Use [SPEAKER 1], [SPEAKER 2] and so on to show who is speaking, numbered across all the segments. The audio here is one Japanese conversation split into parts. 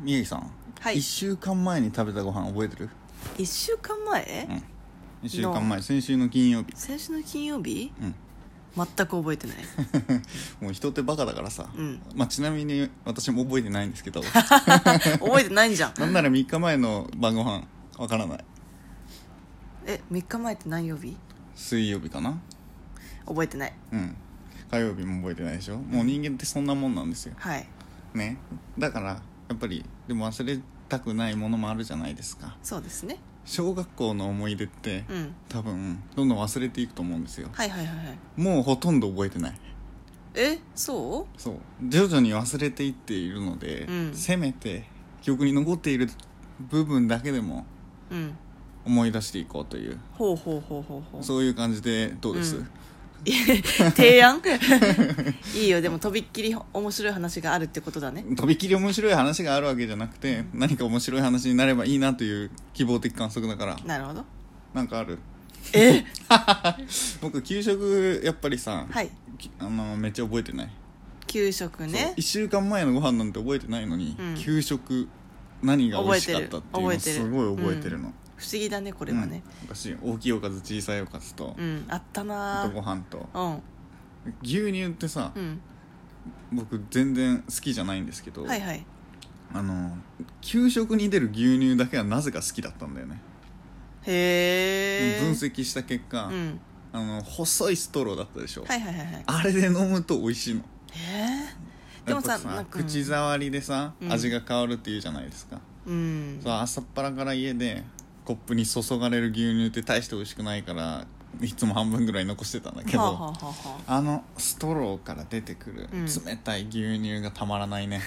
[SPEAKER 1] 宮城さん、
[SPEAKER 2] はい
[SPEAKER 1] 1週間前に食べたご飯覚えてる
[SPEAKER 2] 1週間前、
[SPEAKER 1] うん1週間前先週の金曜日
[SPEAKER 2] 先週の金曜日
[SPEAKER 1] うん
[SPEAKER 2] 全く覚えてない
[SPEAKER 1] もう人ってバカだからさ、
[SPEAKER 2] うん
[SPEAKER 1] まあ、ちなみに私も覚えてないんですけ ど
[SPEAKER 2] 覚えてないんじゃん
[SPEAKER 1] なんなら3日前の晩ご飯わからない
[SPEAKER 2] え3日前って何曜日
[SPEAKER 1] 水曜日かな
[SPEAKER 2] 覚えてない
[SPEAKER 1] うん火曜日も覚えてないでしょもう人間ってそんなもんなんですよ
[SPEAKER 2] はい
[SPEAKER 1] ねだからやっぱりでも忘れたくないものもあるじゃないですか
[SPEAKER 2] そうですね
[SPEAKER 1] 小学校の思い出って、
[SPEAKER 2] うん
[SPEAKER 1] 多分どんどん忘れていくと思うんですよ
[SPEAKER 2] はいはいはいはい
[SPEAKER 1] もうほとんど覚えてない
[SPEAKER 2] えそ
[SPEAKER 1] そう徐々に忘れていっているので、
[SPEAKER 2] うん
[SPEAKER 1] せめて記憶に残っている部分だけでも
[SPEAKER 2] ううん
[SPEAKER 1] 思い出していこうという
[SPEAKER 2] ほうほうほうほうほう
[SPEAKER 1] そういう感じでどうです、
[SPEAKER 2] うん提案 いいよでもとびっきり面白い話があるってことだね
[SPEAKER 1] とびきり面白い話があるわけじゃなくて何か面白い話になればいいなという希望的観測だから
[SPEAKER 2] なるほど
[SPEAKER 1] なんかある
[SPEAKER 2] え
[SPEAKER 1] 僕給食やっぱりさ、
[SPEAKER 2] はい
[SPEAKER 1] きあのめっちゃ覚えてない、
[SPEAKER 2] 給食ね
[SPEAKER 1] 1週間前のご飯なんて覚えてないのに、
[SPEAKER 2] うん
[SPEAKER 1] 給食何が美味しかったっていう
[SPEAKER 2] 覚
[SPEAKER 1] の
[SPEAKER 2] えてる
[SPEAKER 1] すごい覚えてるの、
[SPEAKER 2] 不思議だねこれはね
[SPEAKER 1] うん、おかしいよ大きいおかず小さいおかずと
[SPEAKER 2] う、ん、あった
[SPEAKER 1] あ
[SPEAKER 2] な
[SPEAKER 1] とご飯と
[SPEAKER 2] うん
[SPEAKER 1] 牛乳ってさ、
[SPEAKER 2] うん
[SPEAKER 1] 僕全然好きじゃないんですけど、
[SPEAKER 2] はいはい
[SPEAKER 1] あの給食に出る牛乳だけはなぜか好きだったんだよね、
[SPEAKER 2] へえ
[SPEAKER 1] 分析した結果、
[SPEAKER 2] うん
[SPEAKER 1] あの細いストローだったでしょ、
[SPEAKER 2] はいはいはいはい
[SPEAKER 1] あれで飲むと美味しいの
[SPEAKER 2] えー、で
[SPEAKER 1] や
[SPEAKER 2] も
[SPEAKER 1] っぱ
[SPEAKER 2] さ
[SPEAKER 1] さ
[SPEAKER 2] なんか
[SPEAKER 1] 口触りでさ、
[SPEAKER 2] うん
[SPEAKER 1] 味が変わるっていうじゃないですか、
[SPEAKER 2] うん
[SPEAKER 1] そう朝っぱらから家でコップに注がれる牛乳って大して美味しくないからいつも半分ぐらい残してたんだけど、
[SPEAKER 2] はあ、はあはあはあ、
[SPEAKER 1] あのストローから出てくる
[SPEAKER 2] うん
[SPEAKER 1] 冷たい牛乳がたまらないね、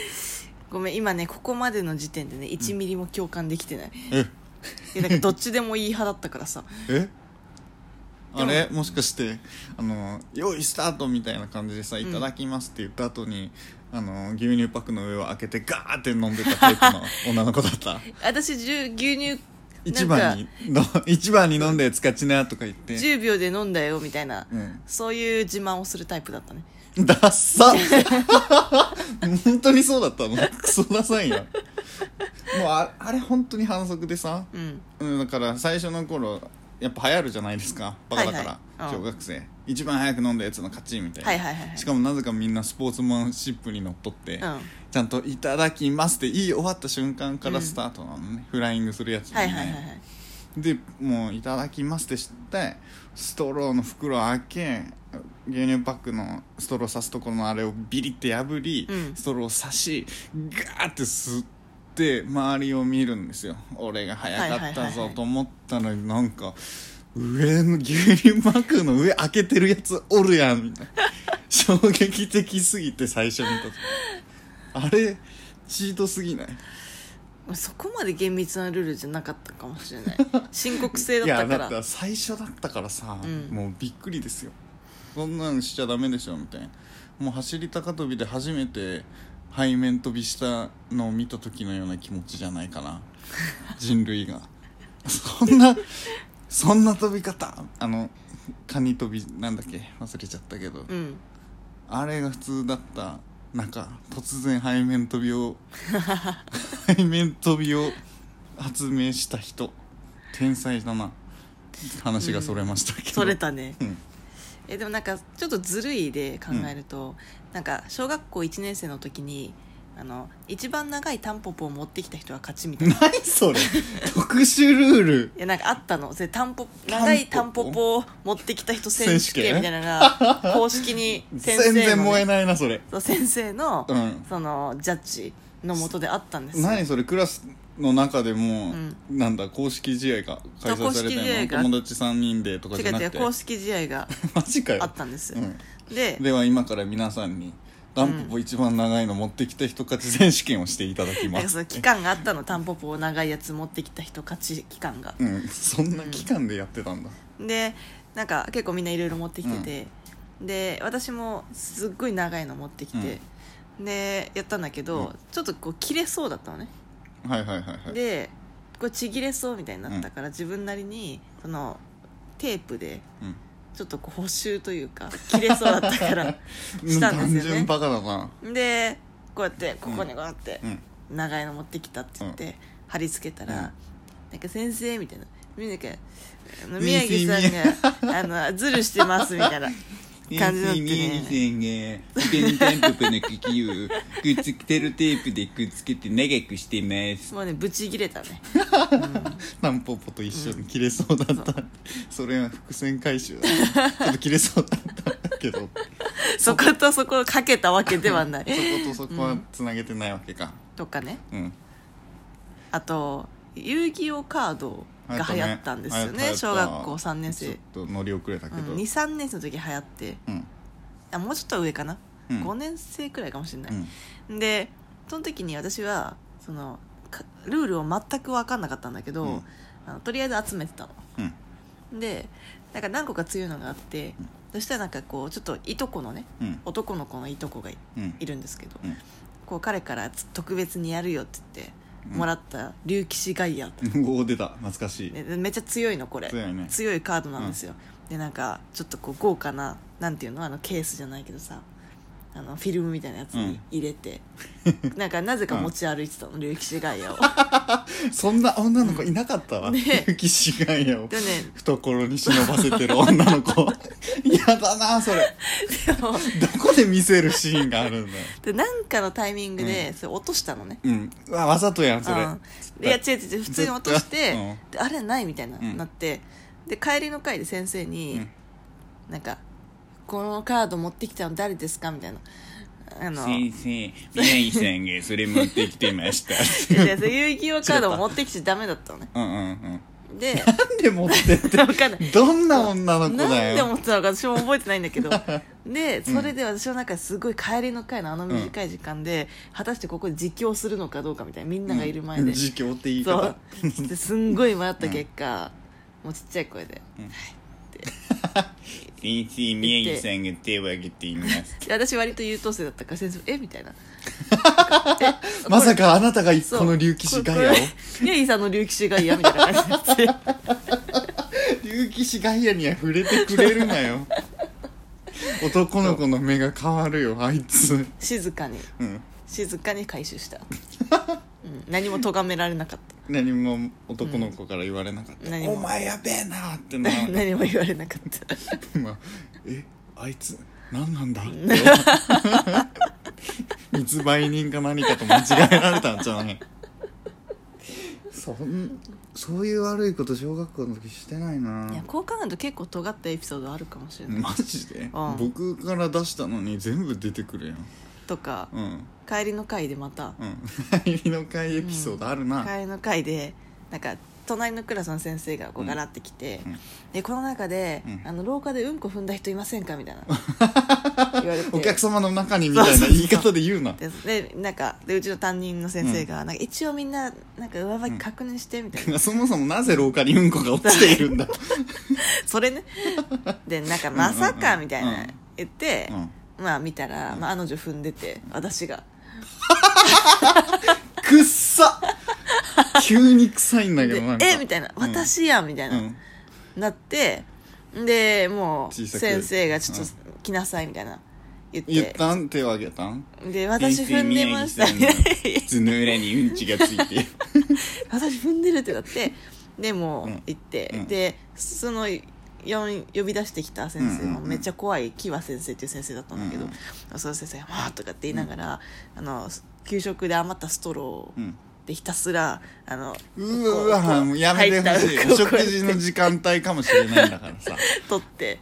[SPEAKER 2] ごめん今ねここまでの時点でね1ミリも共感できてない、い
[SPEAKER 1] え
[SPEAKER 2] やなんかどっちでもいい派だったからさ
[SPEAKER 1] え
[SPEAKER 2] でも
[SPEAKER 1] あれもしかしてあの「用意スタート」みたいな感じでさ「いただきます」って言った後に、あの牛乳パックの上を開けてガーって飲んでたタイプの女の子だっ た
[SPEAKER 2] 私じゅう牛乳
[SPEAKER 1] 一番に の一番に飲んで使っちなとか言って、
[SPEAKER 2] 10秒で飲んだよみたいな、
[SPEAKER 1] うん、
[SPEAKER 2] そういう自慢をするタイプだったね
[SPEAKER 1] ダッサ本当にそうだったのクソダサいなもうああれ本当に反則でさ、
[SPEAKER 2] うん
[SPEAKER 1] うん、だから最初の頃やっぱ流行るじゃないですかバカだから、
[SPEAKER 2] はいはいうん
[SPEAKER 1] 小学生一番早く飲んだやつの勝ちみたいな、
[SPEAKER 2] はいはいはいはい
[SPEAKER 1] しかもなぜかみんなスポーツマンシップにのっとって、
[SPEAKER 2] うん
[SPEAKER 1] ちゃんと「いただきます」って言い終わった瞬間からスタートなのね、フライングするやつもね、
[SPEAKER 2] はいはいはいはい
[SPEAKER 1] でもう「いただきます」ってしてストローの袋を開け牛乳パックのストロー刺すところのあれをビリって破り、
[SPEAKER 2] うん
[SPEAKER 1] ストローを刺しガーって吸って周りを見るんですよ俺が早かっ
[SPEAKER 2] はいはい
[SPEAKER 1] た
[SPEAKER 2] はいは
[SPEAKER 1] ぞ
[SPEAKER 2] い
[SPEAKER 1] と思ったのになんか上の牛乳パックの上開けてるやつおるやんみた いな衝撃的すぎて最初見た時あれチートすぎない
[SPEAKER 2] そこまで厳密なルールじゃなかったかもし れない深刻性
[SPEAKER 1] い
[SPEAKER 2] だ
[SPEAKER 1] や
[SPEAKER 2] った
[SPEAKER 1] だ
[SPEAKER 2] か
[SPEAKER 1] って
[SPEAKER 2] ら
[SPEAKER 1] 最初だったからさ、
[SPEAKER 2] うん
[SPEAKER 1] もうびっくりですよそんなんしちゃダメでしょみたいなもう走り高跳びで初めて背面跳びしたのを見た時のような気持ちじゃないか な人類がそんなそんな飛び方あのカニ跳びなんだっけ忘れちゃったけど、
[SPEAKER 2] うん
[SPEAKER 1] あれが普通だった中突然背面跳びを 背面跳びを発明した人天才だな話がそれましたけど、
[SPEAKER 2] それたね
[SPEAKER 1] うん
[SPEAKER 2] えでもなんかちょっとずるいで考えると、なんか小学校1年生の時にあの一番長いタンポポを持ってきた人は勝ちみたいな。い
[SPEAKER 1] 何それ特殊ルール
[SPEAKER 2] やなんかあったのでタンポ長いタ
[SPEAKER 1] タ
[SPEAKER 2] ン
[SPEAKER 1] ン
[SPEAKER 2] ポ
[SPEAKER 1] ポポ
[SPEAKER 2] ポを持ってきた人選手
[SPEAKER 1] 選手
[SPEAKER 2] 権
[SPEAKER 1] 権
[SPEAKER 2] みたいなのが公式に先
[SPEAKER 1] 全
[SPEAKER 2] 生
[SPEAKER 1] 然
[SPEAKER 2] の
[SPEAKER 1] 燃え
[SPEAKER 2] ね、
[SPEAKER 1] ないなそれ
[SPEAKER 2] そう先生の,、
[SPEAKER 1] うん
[SPEAKER 2] そのジャッジのもとであったんですよ
[SPEAKER 1] 何それクラスの中でも、
[SPEAKER 2] ん
[SPEAKER 1] なんだ公式試合が開催され
[SPEAKER 2] そう公式試合
[SPEAKER 1] て
[SPEAKER 2] が
[SPEAKER 1] るの友達3人でとか
[SPEAKER 2] 違う
[SPEAKER 1] じゃな
[SPEAKER 2] 違
[SPEAKER 1] く
[SPEAKER 2] う
[SPEAKER 1] て
[SPEAKER 2] 公式試合が
[SPEAKER 1] マジかよ
[SPEAKER 2] あったんですよ、
[SPEAKER 1] うん
[SPEAKER 2] で
[SPEAKER 1] では今から皆さんにタンポポ一番長いの持ってきた人勝ち選手権をしていただき
[SPEAKER 2] な
[SPEAKER 1] ま
[SPEAKER 2] んかそ
[SPEAKER 1] す、
[SPEAKER 2] の期間があったのタンポポを長いやつ持ってきた人勝ち期間が
[SPEAKER 1] うん、そんな期間でやってたんだ、
[SPEAKER 2] でなんか結構みんないろいろ持ってきてて、で私もすっごい長いの持ってきて、でやったんだけど、
[SPEAKER 1] うん
[SPEAKER 2] ちょっとこう切れそうだったのね、
[SPEAKER 1] はいはいはいはい
[SPEAKER 2] でこうちぎれそうみたいになったから、自分なりにそのテープで
[SPEAKER 1] うん
[SPEAKER 2] ちょっとこう補修というか切れそうだ ったからしたんですよ
[SPEAKER 1] 単純
[SPEAKER 2] ね
[SPEAKER 1] バカだな
[SPEAKER 2] でこうやってここにこうやって
[SPEAKER 1] うん
[SPEAKER 2] 長いの持ってきたって言って、貼り付けたら、
[SPEAKER 1] うん
[SPEAKER 2] なんか先生みたいななんかあの宮城さんがあのズルしてますみたいな感じになってね
[SPEAKER 1] ね。先生が、手にタンポポの茎をくっつけてるテープでくっつけて長くしてます。
[SPEAKER 2] もうねブチ切れたね
[SPEAKER 1] タンポポと一緒に切れそうだった。それは伏線回収だ。ちょっと切れそうだったけど、そこ
[SPEAKER 2] そことそこをかけたわけではない
[SPEAKER 1] とそこはつなげてないわけか。
[SPEAKER 2] とかね
[SPEAKER 1] うん。
[SPEAKER 2] あと遊戯王カードが流行ったんですよ
[SPEAKER 1] 流行った
[SPEAKER 2] ね
[SPEAKER 1] ね
[SPEAKER 2] 小学校3年生
[SPEAKER 1] ちょっと乗り遅れたけど。うん。
[SPEAKER 2] 23年生の時流行って
[SPEAKER 1] うん。
[SPEAKER 2] あもうちょっと上かな、
[SPEAKER 1] うん
[SPEAKER 2] 5年生くらいかもしれない、でその時に私はそのかルールを全く分かんなかったんだけど、
[SPEAKER 1] うん
[SPEAKER 2] あのとりあえず集めてた
[SPEAKER 1] うん。
[SPEAKER 2] のでなんか何個か強いのがあって、
[SPEAKER 1] うん
[SPEAKER 2] そしたらなんかこうちょっといとこのね
[SPEAKER 1] うん。
[SPEAKER 2] 男の子のいとこがい
[SPEAKER 1] うん。
[SPEAKER 2] いるんですけど、
[SPEAKER 1] うん
[SPEAKER 2] こう彼から特別にやるよって言って
[SPEAKER 1] うん
[SPEAKER 2] もらった竜騎士ガイア、
[SPEAKER 1] おお、出た。懐かしい。
[SPEAKER 2] ねめっちゃ強いのこれ
[SPEAKER 1] 強いね。
[SPEAKER 2] 強いカードなんですよ、でなんかちょっとこう豪華ななんていうのあのケースじゃないけどさあのフィルムみたいなやつに入れ て、なんかなぜか持ち歩いてたの竜騎士ガイアを
[SPEAKER 1] そんな女の子いなかったわ。
[SPEAKER 2] ね
[SPEAKER 1] 勇気しがやを
[SPEAKER 2] で。ね
[SPEAKER 1] 懐に忍ばせてる女の 子。嫌だな、それ。
[SPEAKER 2] でも
[SPEAKER 1] どこで見せるシーンがあるんだよ。
[SPEAKER 2] でなんかのタイミングで
[SPEAKER 1] う
[SPEAKER 2] それ落としたのね、
[SPEAKER 1] うん。うわ、わざとやん、それ。
[SPEAKER 2] うん、でいや違う違う違う普通に落として、
[SPEAKER 1] うん
[SPEAKER 2] であれないみたいな、
[SPEAKER 1] うん
[SPEAKER 2] なってで帰りの会で先生に、
[SPEAKER 1] うん
[SPEAKER 2] なんかこのカード持ってきたの誰ですかみたいなあの
[SPEAKER 1] 生、宮城さんがそれ持ってきてました。
[SPEAKER 2] い やいや遊戯王カードを持ってきちゃダメだったのね
[SPEAKER 1] うんうんうん。
[SPEAKER 2] で
[SPEAKER 1] なんで持ってって。
[SPEAKER 2] 分かんない
[SPEAKER 1] どんな女の子だ
[SPEAKER 2] なんで
[SPEAKER 1] よ。
[SPEAKER 2] 思ってたのか私も覚えてないん だけどでそれで私の中ですごい帰りの会のあの短い時間で、果たしてここで実況するのかどうかみたいなみんながいる前で、
[SPEAKER 1] うん自供って言い
[SPEAKER 2] そ
[SPEAKER 1] 方
[SPEAKER 2] う。ですんごい迷った結果、もうちっちゃい声で
[SPEAKER 1] 先生、
[SPEAKER 2] 宮城さ
[SPEAKER 1] んが手を挙げてい ます。
[SPEAKER 2] で私割と優等生だったから先生「えみたいな
[SPEAKER 1] まさかあなたが
[SPEAKER 2] そ う
[SPEAKER 1] この竜騎士ガイアを
[SPEAKER 2] これこれ宮城さんの竜騎士ガイアみたいな感じで
[SPEAKER 1] 竜騎士ガイアには触れてくれるな よ男の子の目が変わるよあいつ
[SPEAKER 2] 静かに
[SPEAKER 1] うん
[SPEAKER 2] 静かに回 収した、うん、何も咎められなかっ
[SPEAKER 1] 何も男の子から言われなかった、
[SPEAKER 2] うん何も
[SPEAKER 1] お前やべえなってな
[SPEAKER 2] た何も言われなかった
[SPEAKER 1] まあえあいつ何なん だって密売人か何かと間違えられたんじゃないそんそういう悪いこと小学校の時してないない
[SPEAKER 2] やこう考えると結構尖ったエピソードあるかもしれない、
[SPEAKER 1] マジで、
[SPEAKER 2] うん
[SPEAKER 1] 僕から出したのに全部出てくるやん
[SPEAKER 2] とか、
[SPEAKER 1] うん
[SPEAKER 2] 帰りの会でまた、
[SPEAKER 1] うん帰りの会エピソードあるな、
[SPEAKER 2] 帰りの会でなんか隣のクラスの先生がこう
[SPEAKER 1] うん
[SPEAKER 2] ガラってきて、
[SPEAKER 1] うん
[SPEAKER 2] でこの中で、
[SPEAKER 1] うん
[SPEAKER 2] あの廊下でうんこ踏んだ人いませんかみた いな言われて
[SPEAKER 1] お客様の中にみたいな言い方で言うな
[SPEAKER 2] ででなんかでうちの担任の先生が、なんか一応みんななんか上履き確認してみたいな、
[SPEAKER 1] そもそもなぜ廊下にうんこが落ちているんだ
[SPEAKER 2] それねでなんかまさかみたい
[SPEAKER 1] うんうん
[SPEAKER 2] な
[SPEAKER 1] うん
[SPEAKER 2] 言って、
[SPEAKER 1] うん
[SPEAKER 2] まあ見たら、まあ、あの女踏んでて私が
[SPEAKER 1] くっ さ急に臭いんだけ
[SPEAKER 2] で
[SPEAKER 1] どなんか
[SPEAKER 2] えみたいな私やんみたいな、
[SPEAKER 1] うん
[SPEAKER 2] なってでもう
[SPEAKER 1] 小さく
[SPEAKER 2] 先生がちょっと来なさいみたいな言って
[SPEAKER 1] 言ったん手を挙げたん
[SPEAKER 2] で私踏んでました
[SPEAKER 1] 先生宮城さんの
[SPEAKER 2] ね
[SPEAKER 1] 靴の裏にうんちがついてる
[SPEAKER 2] 私踏んでるってなってでもう
[SPEAKER 1] うん
[SPEAKER 2] 行って、
[SPEAKER 1] うん
[SPEAKER 2] でそのよん呼び出してきた先
[SPEAKER 1] うん
[SPEAKER 2] 生も
[SPEAKER 1] うんうん
[SPEAKER 2] めっちゃ怖い木和先生っていう先生だったんだけど、
[SPEAKER 1] うん
[SPEAKER 2] その先生が「わ」とかって言いながら、あの給食で余ったストロ
[SPEAKER 1] う
[SPEAKER 2] ー
[SPEAKER 1] ん
[SPEAKER 2] でひたすらあのこ
[SPEAKER 1] う
[SPEAKER 2] うこ
[SPEAKER 1] わもうやめてほしい
[SPEAKER 2] 入
[SPEAKER 1] お
[SPEAKER 2] ったうんこをこう
[SPEAKER 1] 食
[SPEAKER 2] やって
[SPEAKER 1] 事の時間帯かもしれないんだからさ
[SPEAKER 2] 取って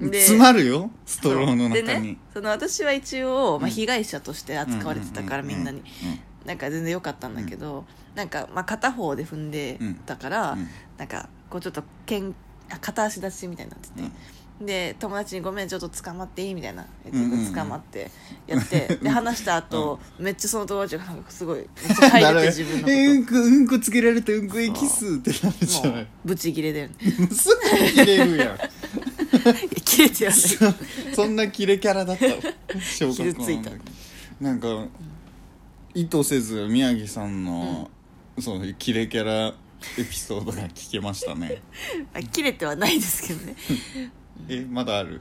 [SPEAKER 1] 詰まるよストローの
[SPEAKER 2] で
[SPEAKER 1] 中に
[SPEAKER 2] ねその私は一応、ま
[SPEAKER 1] う
[SPEAKER 2] あ、
[SPEAKER 1] ん
[SPEAKER 2] 被害者として扱われてたから、
[SPEAKER 1] ううう
[SPEAKER 2] みんなになんか全然良かったんだけど、なんか、まあ、片方で踏んでたから、
[SPEAKER 1] うんうん
[SPEAKER 2] なんかこうちょっとけんあ片足立ちみたいになってて、で友達に「ごめんちょっと捕まっていい?」みたいな言
[SPEAKER 1] うんうんう
[SPEAKER 2] っ
[SPEAKER 1] ん
[SPEAKER 2] て捕まってやって、 で話した後、めっちゃその友達がなんかすごいめっちゃ入
[SPEAKER 1] な
[SPEAKER 2] れ
[SPEAKER 1] る
[SPEAKER 2] て
[SPEAKER 1] ほ
[SPEAKER 2] 自
[SPEAKER 1] ど
[SPEAKER 2] 分
[SPEAKER 1] えう
[SPEAKER 2] の
[SPEAKER 1] んこうんこつけられてうんこエキスってなるじ
[SPEAKER 2] こと
[SPEAKER 1] ゃ
[SPEAKER 2] も
[SPEAKER 1] ないう
[SPEAKER 2] ブチギレだよね
[SPEAKER 1] すぐ切れるやん
[SPEAKER 2] いや 切れてやない
[SPEAKER 1] そんなキレキャラだった小学校の時
[SPEAKER 2] 傷ついた
[SPEAKER 1] なんか意図せず宮城さんの、そういうキレキャラエピソードが聞けましたね
[SPEAKER 2] まあ切れてはないですけどね
[SPEAKER 1] えまだある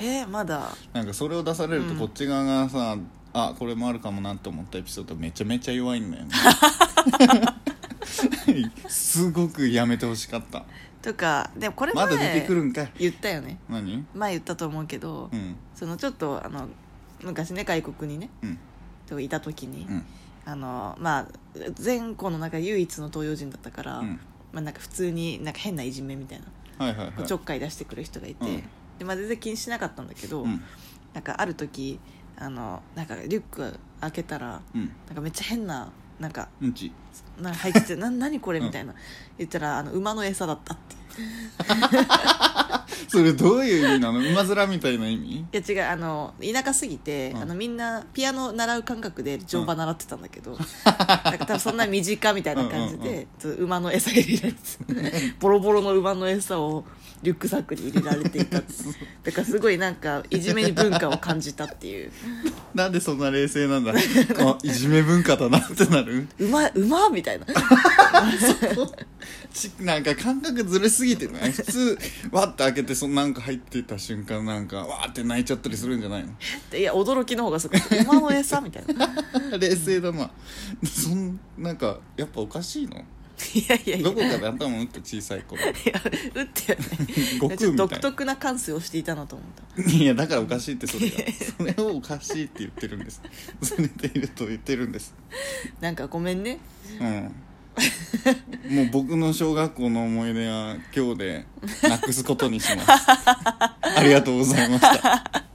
[SPEAKER 2] えーまだ
[SPEAKER 1] なんかそれを出されると
[SPEAKER 2] うん
[SPEAKER 1] こっち側がさ、あこれもあるかもなって思ったエピソードめちゃめちゃ弱いん だよねすごくやめてほしかった
[SPEAKER 2] とかでもこれ
[SPEAKER 1] ま
[SPEAKER 2] 前
[SPEAKER 1] だ出てくるんかい
[SPEAKER 2] 言ったよね
[SPEAKER 1] 何
[SPEAKER 2] 前言ったと思うけど、
[SPEAKER 1] うん
[SPEAKER 2] そのちょっとあの昔ね外国にね
[SPEAKER 1] うん
[SPEAKER 2] といた時に、
[SPEAKER 1] うん
[SPEAKER 2] あのまあ全校の中唯一の東洋人だったから、
[SPEAKER 1] うん
[SPEAKER 2] まあ、なんか普通になんか変ないじめみたいな、
[SPEAKER 1] はいはいはい
[SPEAKER 2] ちょっかい出してくる人がいて、
[SPEAKER 1] うん
[SPEAKER 2] でまあ、全然気にしなかったんだけど、
[SPEAKER 1] うん
[SPEAKER 2] なんかある時あのなんかリュック開けたら
[SPEAKER 1] うん
[SPEAKER 2] なんかめっちゃ変ななんか
[SPEAKER 1] うんち
[SPEAKER 2] なんか入ってて「な何これ?」みたいな、言ったらあの馬の餌だったって
[SPEAKER 1] それどういう意味なの馬面みたいな意味
[SPEAKER 2] いや違うあの田舎すぎて、
[SPEAKER 1] うん
[SPEAKER 2] あのみんなピアノ習う感覚で乗馬習ってたんだけど、なんか多分そんな身近みたいな感じ
[SPEAKER 1] う
[SPEAKER 2] で
[SPEAKER 1] んうんう
[SPEAKER 2] ちょっと馬の餌入れられてボロボロの馬の餌をリュックサックに入れられていたってだからすごいなんかいじめに文化を感じたっていう
[SPEAKER 1] なんでそんな冷静 なんだあいじめ文化だなってなる
[SPEAKER 2] 馬馬みたいな
[SPEAKER 1] ちなんか感覚ずれすぎてない普通わって開けてそなんか入ってた瞬間なんかわーって泣いちゃったりするんじゃないの
[SPEAKER 2] いや驚きの方がすごい馬の餌みたいな い
[SPEAKER 1] 冷静だなそんなんかやっぱおかしいの
[SPEAKER 2] やいやいや
[SPEAKER 1] どこかで頭打って小さい 頃
[SPEAKER 2] いや打っては
[SPEAKER 1] 悟
[SPEAKER 2] ないち
[SPEAKER 1] 空
[SPEAKER 2] ょっ
[SPEAKER 1] み
[SPEAKER 2] と
[SPEAKER 1] たいな
[SPEAKER 2] 独特な感性をしていたなと思った
[SPEAKER 1] いやだからおかしいってそれが それをおかしいって言ってるんですそれでいると言ってるんです
[SPEAKER 2] なんかごめんね
[SPEAKER 1] うんもう僕の小学校の思い 出は今日でなくすことにしますありがとうございました